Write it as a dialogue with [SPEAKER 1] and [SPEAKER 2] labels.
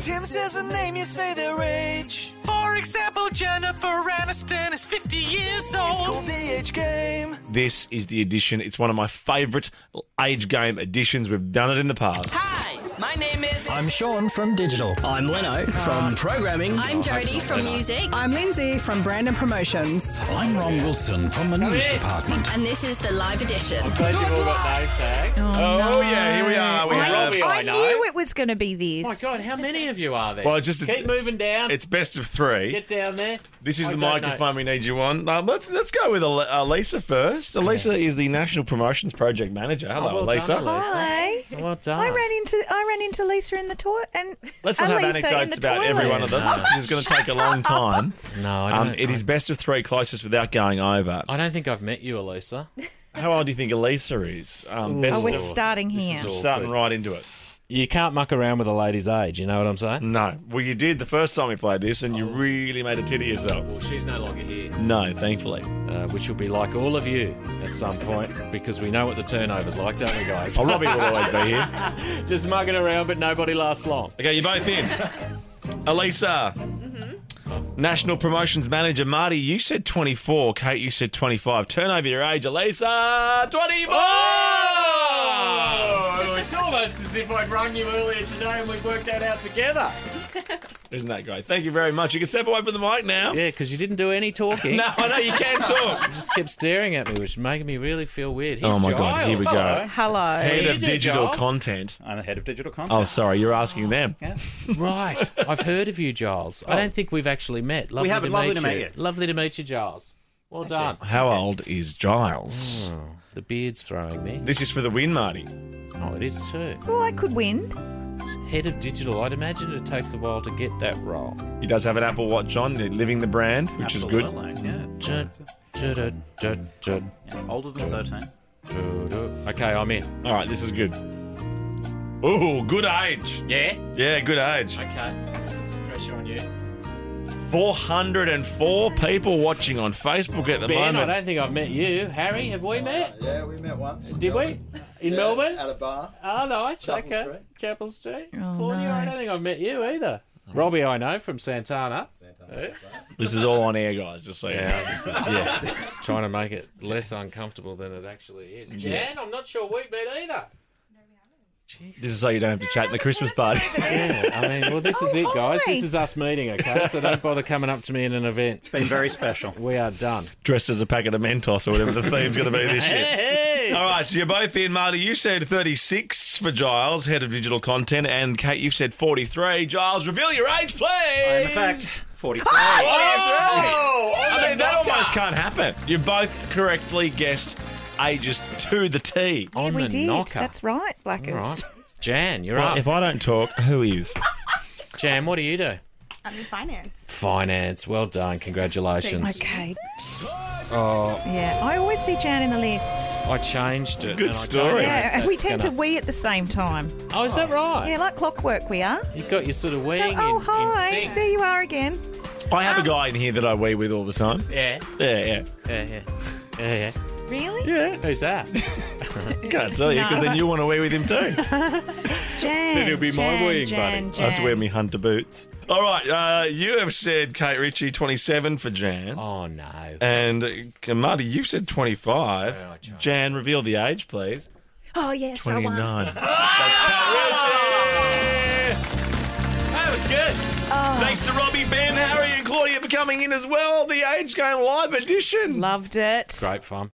[SPEAKER 1] Tim says a name, you say their age. For example, Jennifer Aniston is 50 years old. It's called the age game.
[SPEAKER 2] This is the edition. It's one of my favourite age game editions. We've done it in the past.
[SPEAKER 3] Hi, my name is.
[SPEAKER 4] I'm Sean from Digital.
[SPEAKER 5] I'm Leno from Programming.
[SPEAKER 6] I'm Jody from Music,
[SPEAKER 7] I'm Lindsay from Brandon Promotions.
[SPEAKER 8] I'm Ron Wilson from the News Department.
[SPEAKER 6] and this is the live edition.
[SPEAKER 3] Glad you've all got name tags. Oh,
[SPEAKER 2] Oh, yeah, here we are. We have.
[SPEAKER 3] Robbie, I,
[SPEAKER 9] I
[SPEAKER 3] know.
[SPEAKER 9] knew it was going to be this.
[SPEAKER 3] Oh my God, how many of you are there?
[SPEAKER 2] Well, just-
[SPEAKER 3] keep moving down.
[SPEAKER 2] It's best of three.
[SPEAKER 3] Get down there.
[SPEAKER 2] This is
[SPEAKER 3] I
[SPEAKER 2] the
[SPEAKER 3] don't know.
[SPEAKER 2] microphone we need you on. Um, let's let's go with Ale- Elisa first. Elisa is the National Promotions Project Manager. Hello,
[SPEAKER 3] Oh, well
[SPEAKER 2] Elisa.
[SPEAKER 3] done, Elisa.
[SPEAKER 9] Hi.
[SPEAKER 3] Well done.
[SPEAKER 9] I ran into I ran into Lisa in the toilet and
[SPEAKER 2] Let's not
[SPEAKER 9] Elisa
[SPEAKER 2] have
[SPEAKER 9] in
[SPEAKER 2] anecdotes
[SPEAKER 9] the
[SPEAKER 2] about
[SPEAKER 9] toilet.
[SPEAKER 2] every one of them.
[SPEAKER 3] No.
[SPEAKER 2] This is going to take a long time.
[SPEAKER 3] Oh, No, I don't.
[SPEAKER 2] Um, it is best of three closest without going over.
[SPEAKER 3] I don't think I've met you, Elisa.
[SPEAKER 2] How old do you think Elisa is? Um, best
[SPEAKER 9] Oh, we're
[SPEAKER 2] of-
[SPEAKER 9] starting here.
[SPEAKER 3] all-
[SPEAKER 2] starting right into it.
[SPEAKER 3] You can't muck around with a lady's age. You know what I'm saying?
[SPEAKER 2] No. Well, you did the first time we played this, and you
[SPEAKER 3] Oh.
[SPEAKER 2] really made a titty yourself.
[SPEAKER 3] Well, she's no longer here,
[SPEAKER 2] No, thankfully.
[SPEAKER 3] uh, which will be like all of you at some point because we know what the turnover's like, don't we, guys?
[SPEAKER 2] Oh, Robbie will always be here.
[SPEAKER 3] Just mugging around, but nobody lasts long.
[SPEAKER 2] Okay, you're both in. Elisa. National Promotions Manager Marty, you said 24. Kate, you said 25. Turn over your age, Elisa. 24. Oh,
[SPEAKER 3] Oh! it's almost as if I'd rung you earlier today and we worked that out together.
[SPEAKER 2] Isn't that great? Thank you very much. You can step away from the mic now.
[SPEAKER 3] Yeah, because you didn't do any talking.
[SPEAKER 2] No, I know you can talk.
[SPEAKER 3] You just kept staring at me, which made me really feel weird. Here's
[SPEAKER 2] Oh, my God,
[SPEAKER 3] Giles.
[SPEAKER 2] here we go.
[SPEAKER 3] Hello.
[SPEAKER 9] Hello.
[SPEAKER 2] Head
[SPEAKER 3] you
[SPEAKER 2] of
[SPEAKER 3] do,
[SPEAKER 2] digital
[SPEAKER 3] Giles?
[SPEAKER 2] content.
[SPEAKER 5] I'm the head of digital content.
[SPEAKER 2] Oh, sorry, you're asking them.
[SPEAKER 3] Right. I've heard of you, Giles. I don't think we've actually met. Oh. Lovely
[SPEAKER 5] haven't.
[SPEAKER 3] To
[SPEAKER 5] Lovely
[SPEAKER 3] meet
[SPEAKER 5] to
[SPEAKER 3] you.
[SPEAKER 5] meet you.
[SPEAKER 3] Lovely to meet you, Giles. Well done.
[SPEAKER 2] How old is Giles?
[SPEAKER 3] The beard's throwing me.
[SPEAKER 2] This is for the win, Marty.
[SPEAKER 3] Oh, it is too.
[SPEAKER 9] Well, I could win.
[SPEAKER 3] Head of digital. I'd imagine it takes a while to get that role.
[SPEAKER 2] He does have an Apple Watch on, they're living the brand, which is good.
[SPEAKER 5] Absolutely, Yeah.
[SPEAKER 3] Ju- ju- ju- ju- ju-
[SPEAKER 5] Yeah, Older than 13.
[SPEAKER 3] ju- ju. Okay, I'm in.
[SPEAKER 2] All right, this is good. Ooh, good age.
[SPEAKER 3] Yeah.
[SPEAKER 2] Yeah, good age.
[SPEAKER 3] Okay. Some pressure on you.
[SPEAKER 2] 404 people watching on Facebook at the
[SPEAKER 3] Ben, I
[SPEAKER 2] moment.
[SPEAKER 3] don't think I've met you. Harry, have we met?
[SPEAKER 10] Uh, Yeah, we met once.
[SPEAKER 3] Did we? In Melbourne?
[SPEAKER 10] At a bar.
[SPEAKER 3] Oh, nice.
[SPEAKER 10] Chapel
[SPEAKER 3] okay.
[SPEAKER 10] Street.
[SPEAKER 3] Chapel Street.
[SPEAKER 9] Oh,
[SPEAKER 3] Claudia,
[SPEAKER 9] no.
[SPEAKER 3] I don't think I've met you either. Robbie, I know from Santana.
[SPEAKER 2] This is all on air, guys, just so you know.
[SPEAKER 3] Yeah, just, yeah. just trying to make it less uncomfortable than it actually is. Jan, I'm not sure we've met either.
[SPEAKER 2] This is so you don't have to chat in the Christmas party.
[SPEAKER 3] Yeah, I mean, well, this is
[SPEAKER 9] Oh,
[SPEAKER 3] it, guys. This is us meeting, okay? So don't bother coming up to me in an event.
[SPEAKER 5] Been very special.
[SPEAKER 3] We are done.
[SPEAKER 2] Dressed as a packet of Mentos or whatever the theme's going to be this year. All right, so you're both in, Marty. You said 36 for Giles, head of digital content, and Kate, you've said 43. Giles, reveal your age, please.
[SPEAKER 5] In fact,
[SPEAKER 2] 43.
[SPEAKER 5] 43.
[SPEAKER 2] I mean, that almost can't happen. You both correctly guessed ages to the T.
[SPEAKER 3] On
[SPEAKER 9] we
[SPEAKER 3] the
[SPEAKER 9] did.
[SPEAKER 3] knocker.
[SPEAKER 9] That's right, Blackers.
[SPEAKER 3] All right. Jan, you're up.
[SPEAKER 2] If I don't talk, who is?
[SPEAKER 3] Jan, what do you do?
[SPEAKER 7] I'm in finance.
[SPEAKER 3] Finance. Well done. Congratulations.
[SPEAKER 9] Okay.
[SPEAKER 3] Oh.
[SPEAKER 9] Yeah, I always see Jan in the lift.
[SPEAKER 3] I changed it.
[SPEAKER 2] Good
[SPEAKER 3] and I don't
[SPEAKER 2] story.
[SPEAKER 3] know if
[SPEAKER 9] Yeah, and we
[SPEAKER 3] that's
[SPEAKER 9] tend
[SPEAKER 3] gonna-
[SPEAKER 9] to wee at the same time.
[SPEAKER 3] Oh, is that right?
[SPEAKER 9] Yeah, like clockwork we are.
[SPEAKER 3] You've got your sort of wing
[SPEAKER 9] oh,
[SPEAKER 3] in,
[SPEAKER 9] hi.
[SPEAKER 3] in sync.
[SPEAKER 9] there you are again.
[SPEAKER 2] I have a guy in here that I wee with all the time.
[SPEAKER 3] Yeah,
[SPEAKER 2] Yeah, yeah.
[SPEAKER 3] yeah, yeah. Yeah,
[SPEAKER 9] Really?
[SPEAKER 3] yeah. yeah. Who's that?
[SPEAKER 2] Can't tell you because then you want to wee with him too.
[SPEAKER 9] Jan.
[SPEAKER 2] Then it'll be my
[SPEAKER 9] Jan,
[SPEAKER 2] weeing,
[SPEAKER 9] Jan,
[SPEAKER 2] buddy. I have to
[SPEAKER 9] Jan.
[SPEAKER 2] wear me hunter boots. All right, uh, you have said Kate Ritchie 27 for Jan.
[SPEAKER 3] Oh, no.
[SPEAKER 2] And uh, Marty, you've said 25.
[SPEAKER 3] Yeah, I tried.
[SPEAKER 2] Jan, reveal the age, please.
[SPEAKER 9] Oh, yes, I won.
[SPEAKER 2] 29. That's Kate Ritchie.
[SPEAKER 3] That was good.
[SPEAKER 2] Thanks to Robbie, Ben, Harry, and Claudia for coming in as well. The Age Game Live Edition.
[SPEAKER 9] Loved it.
[SPEAKER 3] Great fun.